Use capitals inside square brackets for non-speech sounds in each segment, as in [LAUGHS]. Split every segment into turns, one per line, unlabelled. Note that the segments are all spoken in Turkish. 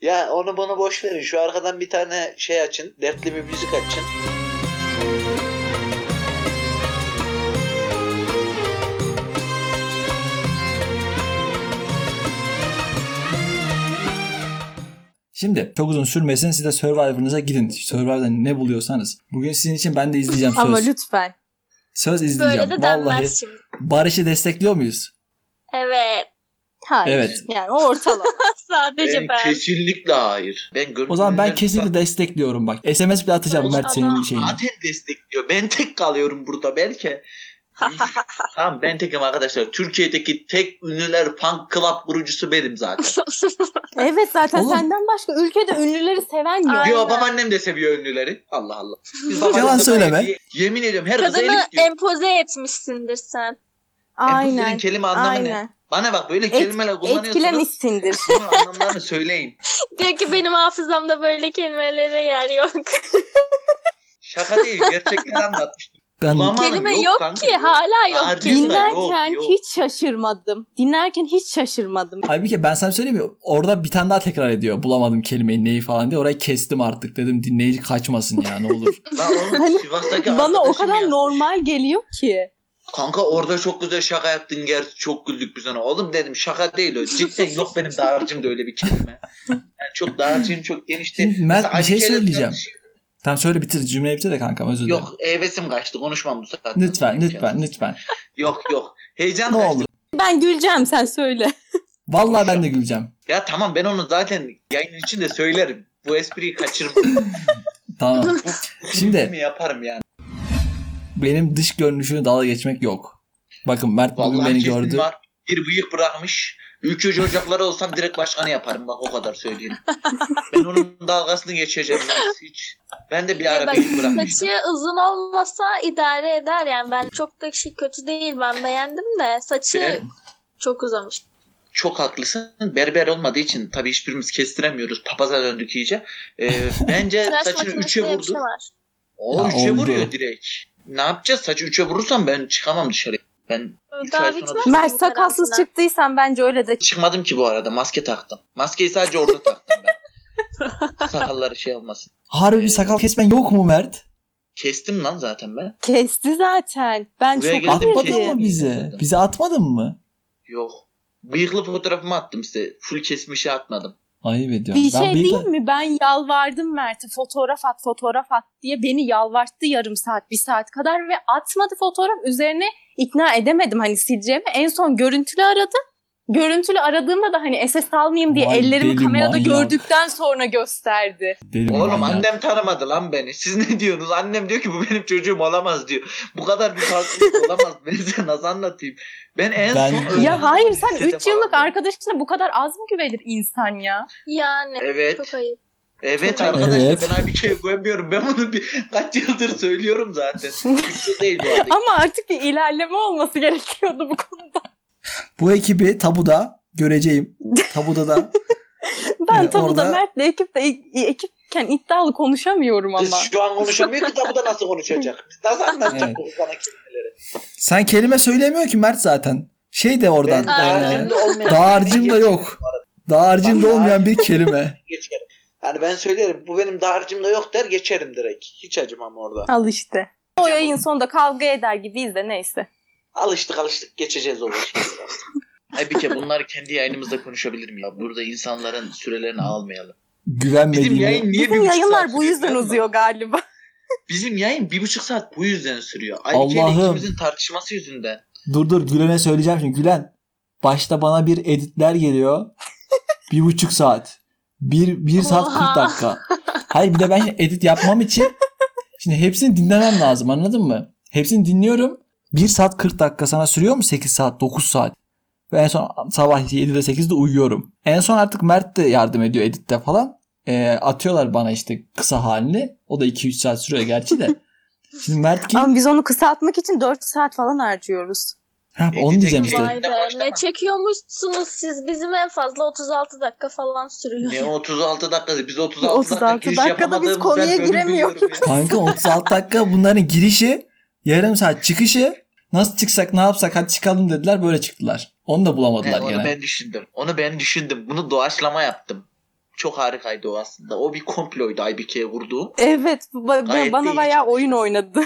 Ya onu bunu boş verin. Şu arkadan bir tane şey açın. Dertli bir müzik açın.
Şimdi çok uzun sürmesin siz de Survivor'ınıza gidin. Survivor'da ne buluyorsanız. Bugün sizin için ben de
[LAUGHS]
izleyeceğim
[LAUGHS]
söz.
Ama lütfen.
Söz izleyeceğim.
Böyle de
Vallahi
denmez şimdi.
Barış'ı destekliyor muyuz?
Evet.
Hayır.
Evet.
Yani o ortalama.
Sadece
Ben
ben. [LAUGHS]
kesinlikle hayır. Ben
O zaman ben
görünümden-
kesinlikle destekliyorum bak. SMS bile atacağım
Barış
Mert senin
adam.
şeyini.
Zaten destekliyor. Ben tek kalıyorum burada
[LAUGHS]
belki. tamam ben tekim arkadaşlar. Türkiye'deki tek ünlüler punk club kurucusu benim zaten.
[LAUGHS] evet zaten
Oğlum.
senden başka ülkede ünlüleri seven yok.
Ay.
Yo
Aynen.
babaannem de seviyor ünlüleri. Allah Allah. Biz
Yalan
babaannemle
söyleme.
böyle- Yemin ediyorum her kıza
Kadını
elik diyor. E,
empoze etmişsindir sen.
Empatilerin
Aynen.
kelime anlamı ne?
Aynen.
Bana bak böyle kelimeler
Et,
kullanıyorsunuz.
etkilemişsindir.
Bunun anlamlarını söyleyin.
Diyor ki benim hafızamda böyle kelimelere yer yok.
Şaka değil. Gerçekleri anlatmıştım.
Ben
Kullanmadım.
Kelime yok,
kanka,
ki hala yok
Harcayın.
ki.
Dinlerken
Yok, yok.
hiç şaşırmadım. Dinlerken hiç şaşırmadım.
Abi bir kere ben sana söyleyeyim mi? Orada bir tane daha tekrar ediyor. Bulamadım kelimeyi neyi falan diye. Orayı kestim artık dedim. Dinleyici kaçmasın ya
[LAUGHS]
ne olur.
Lan oğlum
Hani
Sivas'taki
Bana o
arkadaşım
kadar
ya.
normal geliyor ki.
Kanka orada çok güzel şaka yaptın gerçi çok güldük biz ona. Oğlum dedim şaka değil o. Cidden yok benim dağarcığım da öyle bir kelime. Yani çok dağarcığım çok genişti.
Mert,
Mesela
bir
aynı
şey
kelime-
söyleyeceğim. Tamam söyle bitir cümleyi bitir de kankam özür dilerim.
Yok hevesim kaçtı konuşmam bu sefer.
Lütfen lütfen lütfen.
Yok yok. Heyecan
Ne
kaçtı.
olur.
Ben güleceğim sen söyle.
Vallahi ben de güleceğim.
Ya tamam ben onu zaten yayın içinde söylerim. Bu espriyi kaçırmam. [LAUGHS]
Tamam.
mi
Şimdi
yaparım yani.
benim dış görünüşünü dalga geçmek yok. Bakın Mert bugün
Vallahi
beni
kesin
gördü.
var. Bir bıyık bırakmış. Ülkücü ocakları olsam direkt başkanı yaparım. Bak o kadar söyleyeyim. ben onun dalgasını geçeceğim. Hiç. Ben de bir
Ya
ara
bak
bıyık bırakmıştım.
saçı uzun olmasa idare eder yani. Ben çok da şey kötü değil. Ben beğendim de saçı
Evet.
çok uzamış.
Çok haklısın. Berber olmadığı için tabii hiçbirimiz kestiremiyoruz. Papaza döndük iyice. Ee, bence
Tıraş
saçını
makinesinde
üçe
yapışı
vurdu.
şey var.
O
Ya
üçe
oldu.
vuruyor direkt. Ne yapacağız? Saçı üçe vurursam ben çıkamam dışarı. Ben üç
Daha
ay
bitmez
sonra-
mi bu
Mert sakatsız
karantina?
çıktıysan bence öyle de
çıkmadım ki bu arada. Maske taktım. Maskeyi sadece orada taktım ben.
[LAUGHS]
Sakalları şey olmasın.
Harbi sakal kesmen yok mu Mert?
Kestim lan zaten ben.
kesti zaten. Ben
Buraya
çok
geldim,
Atmadın
kestim.
üzüldüm.
mı bize? Bize atmadın mı?
Yok. Bıyıklı fotoğrafımı attım size. Full kesmişi atmadım.
Ayıp ediyorum.
Bir şey
bir
değil
de-
mi? Ben yalvardım Mert'e fotoğraf at fotoğraf at diye beni yalvarttı yarım saat bir saat kadar ve atmadı fotoğraf üzerine ikna edemedim hani sileceğimi. En son görüntülü aradı. Görüntülü aradığımda da hani SS almayayım diye
Vay
ellerimi
deli
kamerada
manyak.
gördükten sonra gösterdi.
Dedim
Oğlum
ya.
annem tanımadı lan beni. Siz ne diyorsunuz? Annem diyor ki bu benim çocuğum olamaz diyor. Bu kadar bir farklılık olamaz. Ben size nasıl anlatayım? Ben en
Ben-
son...
Ya
öğrendim.
Ya hayır sen
Lisede
3 yıllık
falan.
arkadaşına bu kadar az mı güvenir insan ya?
Yani
Evet.
çok ayıp.
Evet
Çok ayıp.
arkadaşlar
Evet.
ben Aybike'ye koyamıyorum. Ben bunu bir kaç yıldır söylüyorum
[LAUGHS]
zaten. Hiç de değil bu arada.
Ama artık bir ilerleme olması gerekiyordu bu konuda.
Bu ekibi tabuda
[LAUGHS]
göreceğim. Tabuda da
Ben
Yani
tabii
orada-
da Mert'le ekipte ekipken iddialı konuşamıyorum
Biz
ama.
şu an konuşamıyor ki tabuda nasıl konuşacak? Biz nasıl anlatacak
Evet.
bu bana kelimeleri?
sen kelime söylemiyor ki Mert zaten. Şey de oradan.
Ben
Ee,
dağarcığımda olmayan...
dağarcığım da yok. Dağarcığımda
Bak,
olmayan bir kelime.
Geçerim. Yani Hani ben söylerim bu benim dağarcığımda yok der geçerim direkt. Hiç acımam orada.
Al işte. O yayın sonunda kavga eder gibiyiz de neyse.
Alıştık alıştık geçeceğiz o başlığı. [LAUGHS] Ay bir kere bunları kendi yayınımızda konuşabilir miyim? Ya Burada insanların sürelerini almayalım. Bizim
Güvenmediğimi.
yayın niye bir
Bizim
buçuk
yayınlar
saat
bu
sürüyor
yüzden
biliyor musun?
uzuyor galiba.
Bizim yayın bir buçuk saat bu yüzden sürüyor. Ayrıca
Allah'ım.
ikimizin tartışması yüzünden.
Dur dur Gülen'e söyleyeceğim şimdi. Gülen başta bana bir editler geliyor. bir buçuk saat. Bir, bir saat
Oha.
kırk dakika. Hayır bir de ben şimdi edit yapmam için şimdi hepsini dinlemem lazım anladın mı? Hepsini dinliyorum. Bir saat 40 dakika sana sürüyor mu? 8 saat, 9 saat. Ve en son sabah 7'de 8'de uyuyorum. En son artık Mert de yardım ediyor editte falan. Ee, atıyorlar bana işte kısa halini. O da 2-3 saat sürüyor gerçi de. Şimdi Mert ki
[LAUGHS] Ama biz onu kısaltmak için 4 saat falan harcıyoruz.
Ha, onu diyeceğim işte.
Vay be ne çekiyormuşsunuz siz. Bizim en fazla 36 dakika falan sürüyor. [LAUGHS]
Ne 36 dakikası? Biz 36,
36
dakika giriş
dakikada biz
yapamadığımızdan
konuya
bölüm
giremiyoruz.
biliyorum ya.
Kanka 36 dakika bunların girişi, yarım saat çıkışı. Nasıl çıksak ne yapsak hadi çıkalım dediler böyle çıktılar. Onu da
He,
bulamadılar
onu
gene.
ben düşündüm. Onu ben düşündüm. Bunu doğaçlama yaptım. çok harikaydı o aslında. O bir komploydu IBK'ye kurduğum.
Evet bu ba-
Gayet de
bana
iyi
bayağı
çalışmış.
oyun oynadı.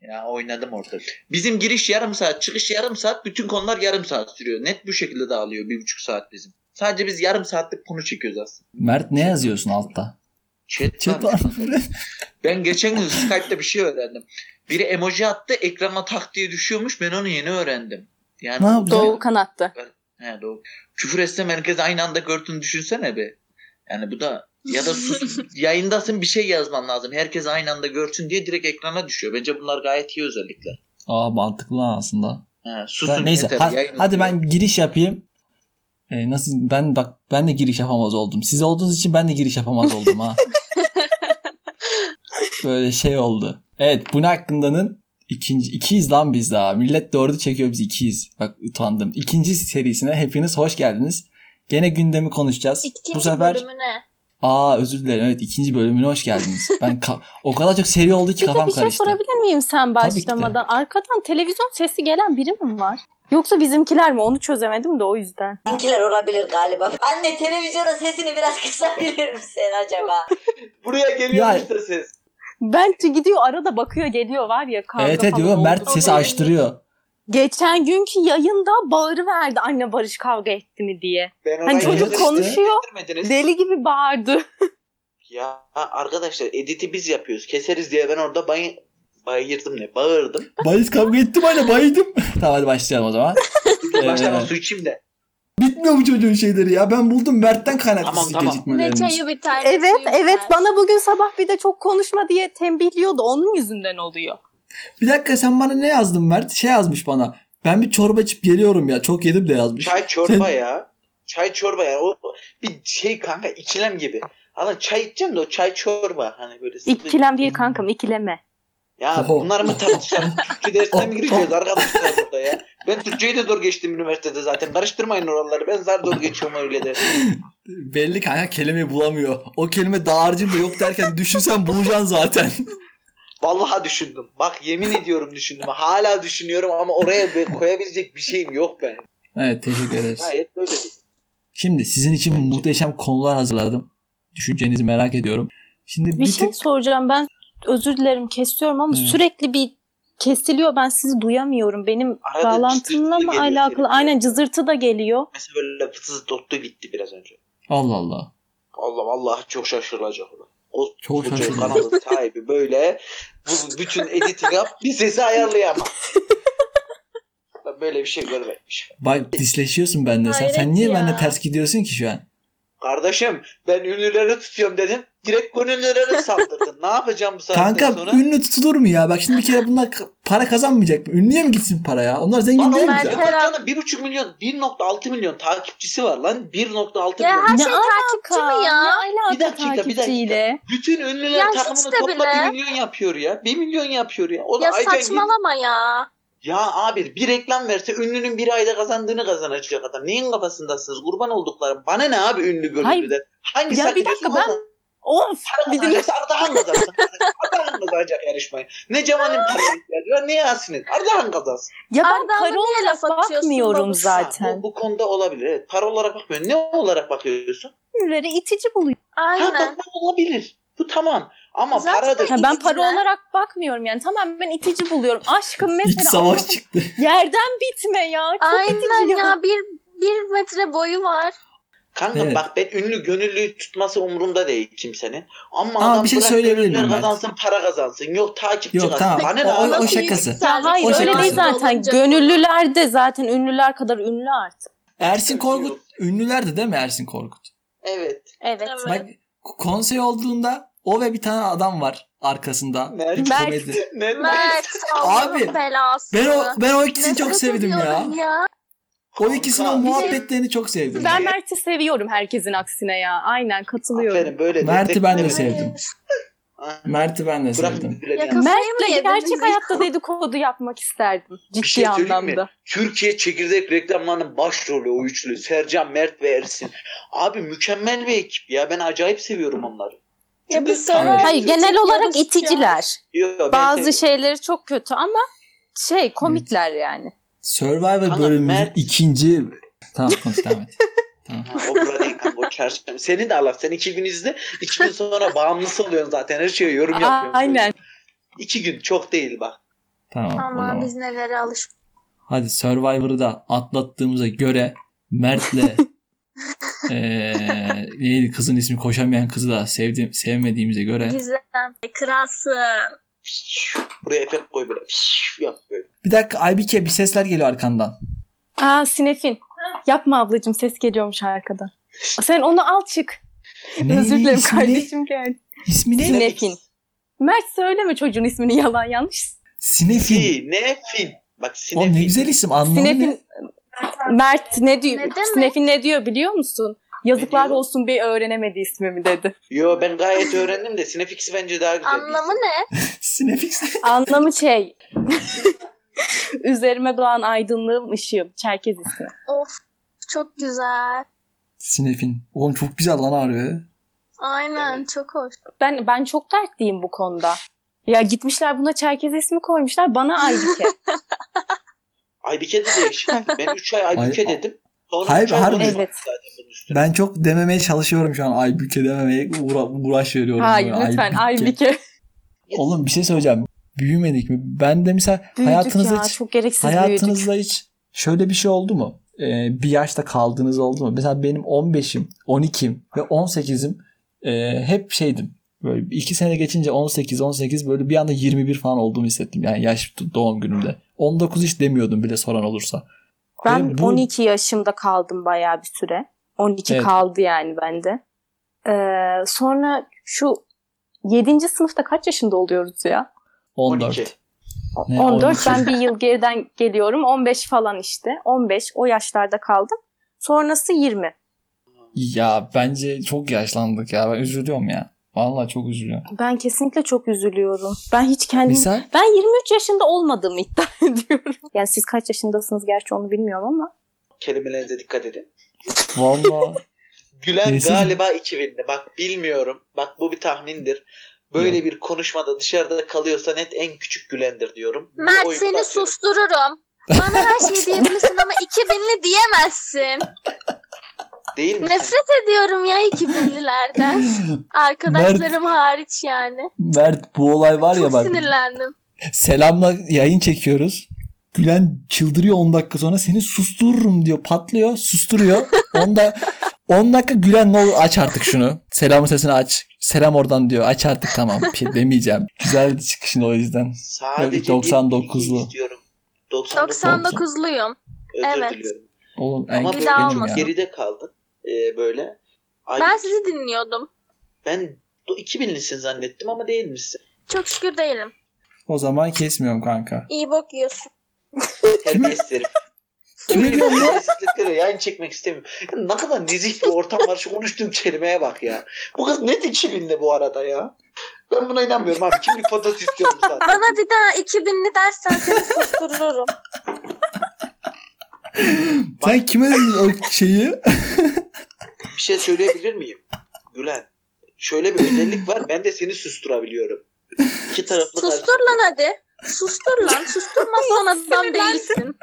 Ya oynadım orada. Bizim giriş yarım saat, çıkış yarım saat, bütün konular yarım saat sürüyor. Net bu şekilde dağılıyor bir buçuk saat bizim. Sadece biz yarım saatlik konu çekiyoruz aslında.
Mert ne yazıyorsun altta?
Chat,
Chat
var.
var mı?
Ben geçen gün Skype'da bir şey öğrendim. Biri emoji attı, ekrana tak diye düşüyormuş. Ben onu yeni öğrendim. Yani
Ne yaptı?
[LAUGHS] Doğu kanattı.
He, doğru. Küfür etsem herkes aynı anda gördüğünü düşünsene be. Yani bu da ya da
[LAUGHS]
sus, yayındasın bir şey yazman lazım. Herkes aynı anda görsün diye direkt ekrana düşüyor. Bence bunlar gayet iyi özellikler.
[LAUGHS] Aa mantıklı lan aslında.
He,
Ben-
susun
neyse
yeter.
ha-
yayın
hadi
okuyor.
ben giriş yapayım. Ee, nasıl ben bak ben de giriş yapamaz oldum. Siz olduğunuz için ben de giriş yapamaz oldum
[LAUGHS]
ha. Böyle şey oldu. Evet bunun hakkındanın ikinci ikiyiz lan biz daha. Millet dördü çekiyor biz ikiyiz. Bak utandım. İkinci serisine hepiniz hoş geldiniz. Gene gündemi konuşacağız.
İkinci
Bu sefer
bölümü ne?
aa özür dilerim evet ikinci bölümüne hoş geldiniz. Ben ka- o kadar çok seri oldu ki
Bir de
kafam
bir şey
karıştı.
sorabilir miyim sen
Tabii ki de.
başlamadan? Arkadan televizyon sesi gelen biri mi var? Yoksa bizimkiler mi? Onu çözemedim de o yüzden.
Bizimkiler olabilir galiba. Anne televizyona sesini biraz kısabilir misin acaba?
Buraya geliyor
Ya-
işte ses.
Bence gidiyor arada bakıyor geliyor var ya kavga
Evet evet
falan
diyor
oldu.
Mert sesi açtırıyor.
Geçen günkü yayında bağırı verdi anne Barış kavga etti mi diye.
Ben
Hani
orayı
çocuk
editledim.
konuşuyor
Bitirmediniz.
deli gibi [LAUGHS] bağırdı.
Ya arkadaşlar editi biz yapıyoruz. Keseriz diye ben orada bay bayırdım ne bağırdım.
Bayit kavga ettim anne baydım. [LAUGHS] tamam hadi başlayalım o zaman.
Bir de Başlama
Evet.
su içeyim de.
Bitmiyor bu çocuğun şeyleri ya. Ben buldum Mert'ten kaynaklı
Tamam,
siz
tamam.
Ne
gecikmeleriniz.
çayı bir tane.
Evet
suyu bir
evet
tane.
bana bugün sabah bir de çok konuşma diye tembihliyordu onun yüzünden oluyor.
Bir dakika sen bana ne yazdın Mert? Şey yazmış bana. Ben bir çorba içip geliyorum ya. Çok yedim de yazmış.
Çay çorba
Sen-
ya. Çay çorba ya. O bir şey kanka ikilem gibi. Ama çay içeceğim de o çay çorba. Hani böyle sıvı-
İkilem değil kankam ikileme.
Ya
Oho.
bunlar mı
[LAUGHS]
tartışacağız? Türkçe dersine mi gireceğiz arkadaşlar burada ya? Ben Türkçeyi de zor geçtim üniversitede zaten. Karıştırmayın oraları. Ben zar zor geçiyorum öyle dersi.
Belli kanka kelime bulamıyor. O kelime dağarcığım da yok derken [LAUGHS] düşünsen bulacaksın zaten. [LAUGHS]
Vallahi düşündüm. Bak yemin ediyorum düşündüm. Hala düşünüyorum ama oraya be- koyabilecek bir şeyim yok ben.
evet teşekkür ederiz.
Gayet böyle.
Şimdi sizin için muhteşem konular hazırladım. Düşüncenizi merak ediyorum. Şimdi bir,
Bir şey
tık-
soracağım ben özür dilerim kesiyorum ama
Evet.
sürekli bir kesiliyor ben sizi duyamıyorum. Benim
Arada
bağlantımla
cızırtı
mı
geliyor
alakalı?
senin.
Aynen cızırtı da geliyor.
Mesela böyle fıtsız doktu gitti biraz önce.
Allah Allah.
Allah Allah çok şaşırılacak ulan. O
Çok
koca
şaşırılacak.
kanalın sahibi böyle bu, bütün editi yap bir sesi ayarlayamaz. Ben böyle bir şey görmemişim.
Bak disleşiyorsun benden. Sen, sen
Hayret
niye
ya.
benimle ters gidiyorsun ki şu an?
Kardeşim ben ünlüleri tutuyorum dedin. Direkt gönüllülere saldırdın. ne yapacağım bu saatten
Kanka
sonra?
ünlü tutulur mu ya? Bak şimdi bir kere bunlar ka- para kazanmayacak mı? Ünlüye mi gitsin para ya? Onlar zengin
Lan
değil
oğlum,
mi?
ben-
zaten?
Her an-
Berkan'ın 1,5 milyon, 1.6 milyon takipçisi var lan. 1.6
Ya
milyon.
her şey takipçi mi
Ne
ya?
alaka
Bir dakika, bir dakika.
takipçiyle?
Bütün ünlüler
Ya
takımını
hiç de
topla
bile.
1 milyon yapıyor ya. 1 milyon yapıyor ya. O da
Ya
Aycan gibi-
saçmalama ya.
Ya abi bir reklam verse ünlünün bir ayda kazandığını kazanacak adam. Neyin kafasındasınız? Kurban oldukları. Bana ne abi ünlü
Hayır.
görüntüde? Hangi
Ya bir
sakıncası
dakika, ben-
olsa
Of
Para
bir de-
kazanacaksa Ardahan kazansın. Ardahan kazanacak yarışmayı. Ne Cemal'in paraya ihtiyacı var ne Yasin'in. Ardahan kazansın.
ya ben
Ardahan'a
para
niye
olarak
laf atıyorsun
bakmıyorum
babuş?
Ha, bu,
zaten.
bu konuda olabilir. Evet, para olarak bakmıyorsun. Ne olarak bakıyorsun?
Ünlülere itici buluyorum.
Ha,
Aynen.
tamam olabilir. Bu tamam. Ama
Zaten-
paradır.
Ya
[LAUGHS]
ben
İticiler.
para olarak bakmıyorum yani. Tamam ben itici buluyorum. Aşkım
İç
mesela
savaş çıktı.
yerden bitme ya. Çok
Aynen
itici ya.
ya. Bir, bir metre boyu var.
Kanka
Evet.
bak ben ünlü gönüllüyü tutması umurumda değil kimsenin. Ama
Ama
adam
bir şey
bırak
söyleyebilir
gönüllüler
miyim ben?
kazansın para kazansın. Yok takipçi
Yok,
kazansın.
tamam.
Bana ne
O-
abi?
o şakası.
Ya
Hayır
O
öyle
şekilde.
değil zaten. Gönüllüler de zaten ünlüler kadar ünlü artık.
Ersin Korkut ünlülerdi değil mi Ersin Korkut?
Evet.
Evet.
Bak konsey olduğunda o ve bir tane adam var arkasında.
Mert.
Bir
Mert.
komedi.
[LAUGHS] Ne-
Mert
Abi,
Abi. Belası.
Ben o ben o ikisini çok
Nefret
sevdim ya.
ediyorum ya.
O ikisinin o
Kanka.
muhabbetlerini çok sevdim.
Ben Mert'i seviyorum herkesin aksine ya. Aynen katılıyorum.
Aferin, böyle
Mert'i ben de
Evet.
sevdim.
Ah,
Mert'i ben de
Bırak
sevdim.
birbirlerini.
Yakın- Kafayı mı
Mert'le
yedin
gerçek
bizi?
hayatta dedikodu yapmak isterdim. Ciddi
Bir şey söyleyeyim mi?
anlamda.
Türkiye çekirdek reklamlarının başrolü o üçlü. Sercan, Mert ve Ersin. Abi mükemmel bir ekip ya. Ben acayip seviyorum onları.
Ya
Çünkü-
biz sana
Hayır.
şey
Hayır genel olarak iticiler.
Yo, ben
Bazı
seviyorum.
şeyleri çok kötü ama şey komikler yani.
Survivor
Kanka,
bölümümüzün
Mert-
ikinci... Tamam konuş devam et. Tamam.
O burada değil kanka o çarşamba. Seni de Allah. Sen iki gün izle. iki gün
[LAUGHS]
sonra bağımlısı oluyorsun zaten. Her şeye yorum yapıyorsun.
Aynen.
İki gün çok değil bak.
Tamam. o
Ama
zaman.
biz nelere alışmışız.
Hadi Survivor'ı da atlattığımıza göre Mert'le
[LAUGHS]
eee neydi kızın ismi koşamayan kızı da sevdim, sevmediğimize göre.
Gizem, kralsın.
Buraya efekt koy böyle. Yap böyle.
Bir dakika Aybike bir sesler geliyor arkandan.
Aa Sinefin. Yapma ablacığım ses geliyormuş arkadan. Sen onu al çık.
Ne,
Özür
ne,
dilerim
ismi ne?
kardeşim geldi.
İsmi ne?
Sinefin. Mert söyleme çocuğun ismini yalan yanlış.
Sinefin.
Sinefin. Bak sinefin.
Oğlum ne güzel isim anlamı ne?
Sinefin Mert ne diyor?
Ne demek?
Sinefin ne diyor biliyor musun? Yazıklar
diyor?
olsun bir öğrenemedi ismimi dedi.
Yo ben gayet öğrendim de Sinefix bence daha güzel.
Anlamı ne?
Sinefin.
Anlamı şey. [LAUGHS] Üzerime doğan aydınlığım ışığım. Çerkez ismi.
Of çok güzel.
Sinefin. Oğlum çok güzel lan harbi.
Aynen
Evet.
çok hoş.
Ben ben çok dertliyim bu konuda. Ya gitmişler buna Çerkez ismi koymuşlar. Bana Aybike.
Aybike de değişik. ben 3 ay Aybike
Ay-
dedim. Sonra
Hayır,
üç ay
harbi.
konuşmadım
Evet.
zaten bunun üstüne.
Ben çok dememeye çalışıyorum şu an Aybike dememeye uğra- uğraş veriyorum.
Hayır
böyle.
lütfen Aybike.
Oğlum bir şey söyleyeceğim. Büyümedik mi? Ben de mesela
Büyüdük
hayatınızda
ya
hiç
çok gereksiz büyüdük.
Hayatınızda hiç şöyle bir şey oldu mu? Ee, bir yaşta kaldığınız oldu mu? Mesela benim 15'im, 12'im ve 18'im e, hep şeydim. Böyle iki sene geçince 18, 18 böyle bir anda 21 falan olduğumu hissettim. Yani yaş doğum günümde. 19 hiç demiyordum bile soran olursa.
Ben
Ve bu-
12 yaşımda kaldım bayağı bir süre. 12
Evet.
kaldı yani bende. Ee, sonra şu 7. sınıfta kaç yaşında oluyoruz ya?
14.
12.
Ne,
14
12?
ben bir yıl geriden geliyorum. 15 falan işte. 15 o yaşlarda kaldım. Sonrası 20.
Ya bence çok yaşlandık ya. Ben üzülüyorum ya. Vallahi çok üzülüyorum.
Ben kesinlikle çok üzülüyorum. Ben hiç kendim
Misal
Ben 23 yaşında olmadığımı iddia [LAUGHS] ediyorum. Yani siz kaç yaşındasınız gerçi onu bilmiyorum ama.
Kelimelerinize dikkat edin.
vallahi
Gülen
Neyse.
galiba 2000'de. Bak bilmiyorum. Bak bu bir tahmindir. Böyle bir konuşmada dışarıda kalıyorsa net en küçük Gülen'dir diyorum. Bu
Mert
oyunu
seni
atıyorum.
sustururum. Bana her şeyi diyebilirsin ama 2000'li diyemezsin.
Değil mi?
Nefret ediyorum ya 2000'lilerden. Arkadaşlarım hariç yani.
Mert bu olay var ya
Çok
bak.
sinirlendim.
Selamla yayın çekiyoruz. Gülen çıldırıyor 10 dakika sonra seni sustururum diyor. Patlıyor, susturuyor. 10 da 10 dakika Gülen ne olur aç artık şunu. Selamın sesini aç. Selam oradan diyor. Aç artık tamam. Bir şey demeyeceğim. Güzeldi çıkışın o yüzden.
Sadece
99'lu.
99'lu. istiyorum. 99.
99'luyum.
Özür
evet.
diliyorum.
Oğlum en
Ama
Bir
benim
daha
ya.
olmasın.
geride kaldın. Ee, böyle. Ay,
Ben sizi dinliyordum.
ben 2000'lisin zannettim ama değil misin?
Çok şükür değilim.
O zaman kesmiyorum kanka.
İyi bok yiyorsun.
Terbiyesiz herif.
Kime diyorum ya?
Terbiyesizliklere yayın çekmek istemiyorum. Ya Ne kadar nezih bir ortam var şu konuştuğum kelimeye bak ya. Bu kız net 2000'li bu arada ya. Ben buna inanmıyorum abi. Kimlik fotoğrafı istiyorum zaten.
Bana bir daha 2000'li dersen seni sustururum.
Sen kime dedin o şeyi?
Bir şey söyleyebilir miyim? Gülen. Şöyle bir özellik var. Ben de seni susturabiliyorum. İki taraflı karşı.
Sustur lan hadi. Sustur lan. Susturmazsan adam değilsin.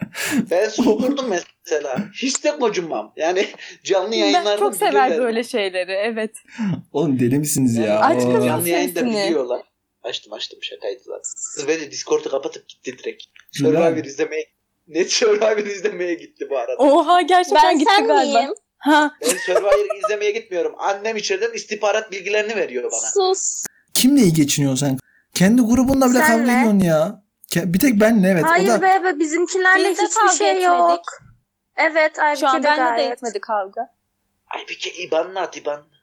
Ben susturdum mesela. Hiç de kocunmam. Yani canlı yayınlarda
Ben çok sever
bilirler.
böyle şeyleri evet.
Oğlum deli misiniz ya?
Aç
Oo.
kızım.
Canlı yayında
sesini.
biliyorlar. Açtım açtım şakaydı zaten. Kız beni Discord'u kapatıp gitti direkt.
Gülen.
Survivor izlemeye Net Survivor izlemeye gitti bu arada.
Oha gerçekten
Ben
gitti
sen
galiba.
miyim?
Ha.
Ben Survivor izlemeye gitmiyorum. Annem içeriden istihbarat bilgilerini veriyor bana.
Sus.
Kimle iyi geçiniyorsun sen? Kendi grubunla bile
Senle.
kavga ediyorsun ya. Ke- Bir tek benle evet. o
Hayır
da...
be, be bizimkilerle
Biz de
hiçbir
kavga
şey
etmedik.
yok. Evet Aybike
Şu an
de
benle de
gayet.
etmedi kavga.
Ay bir kere IBAN'ını at IBAN'ını.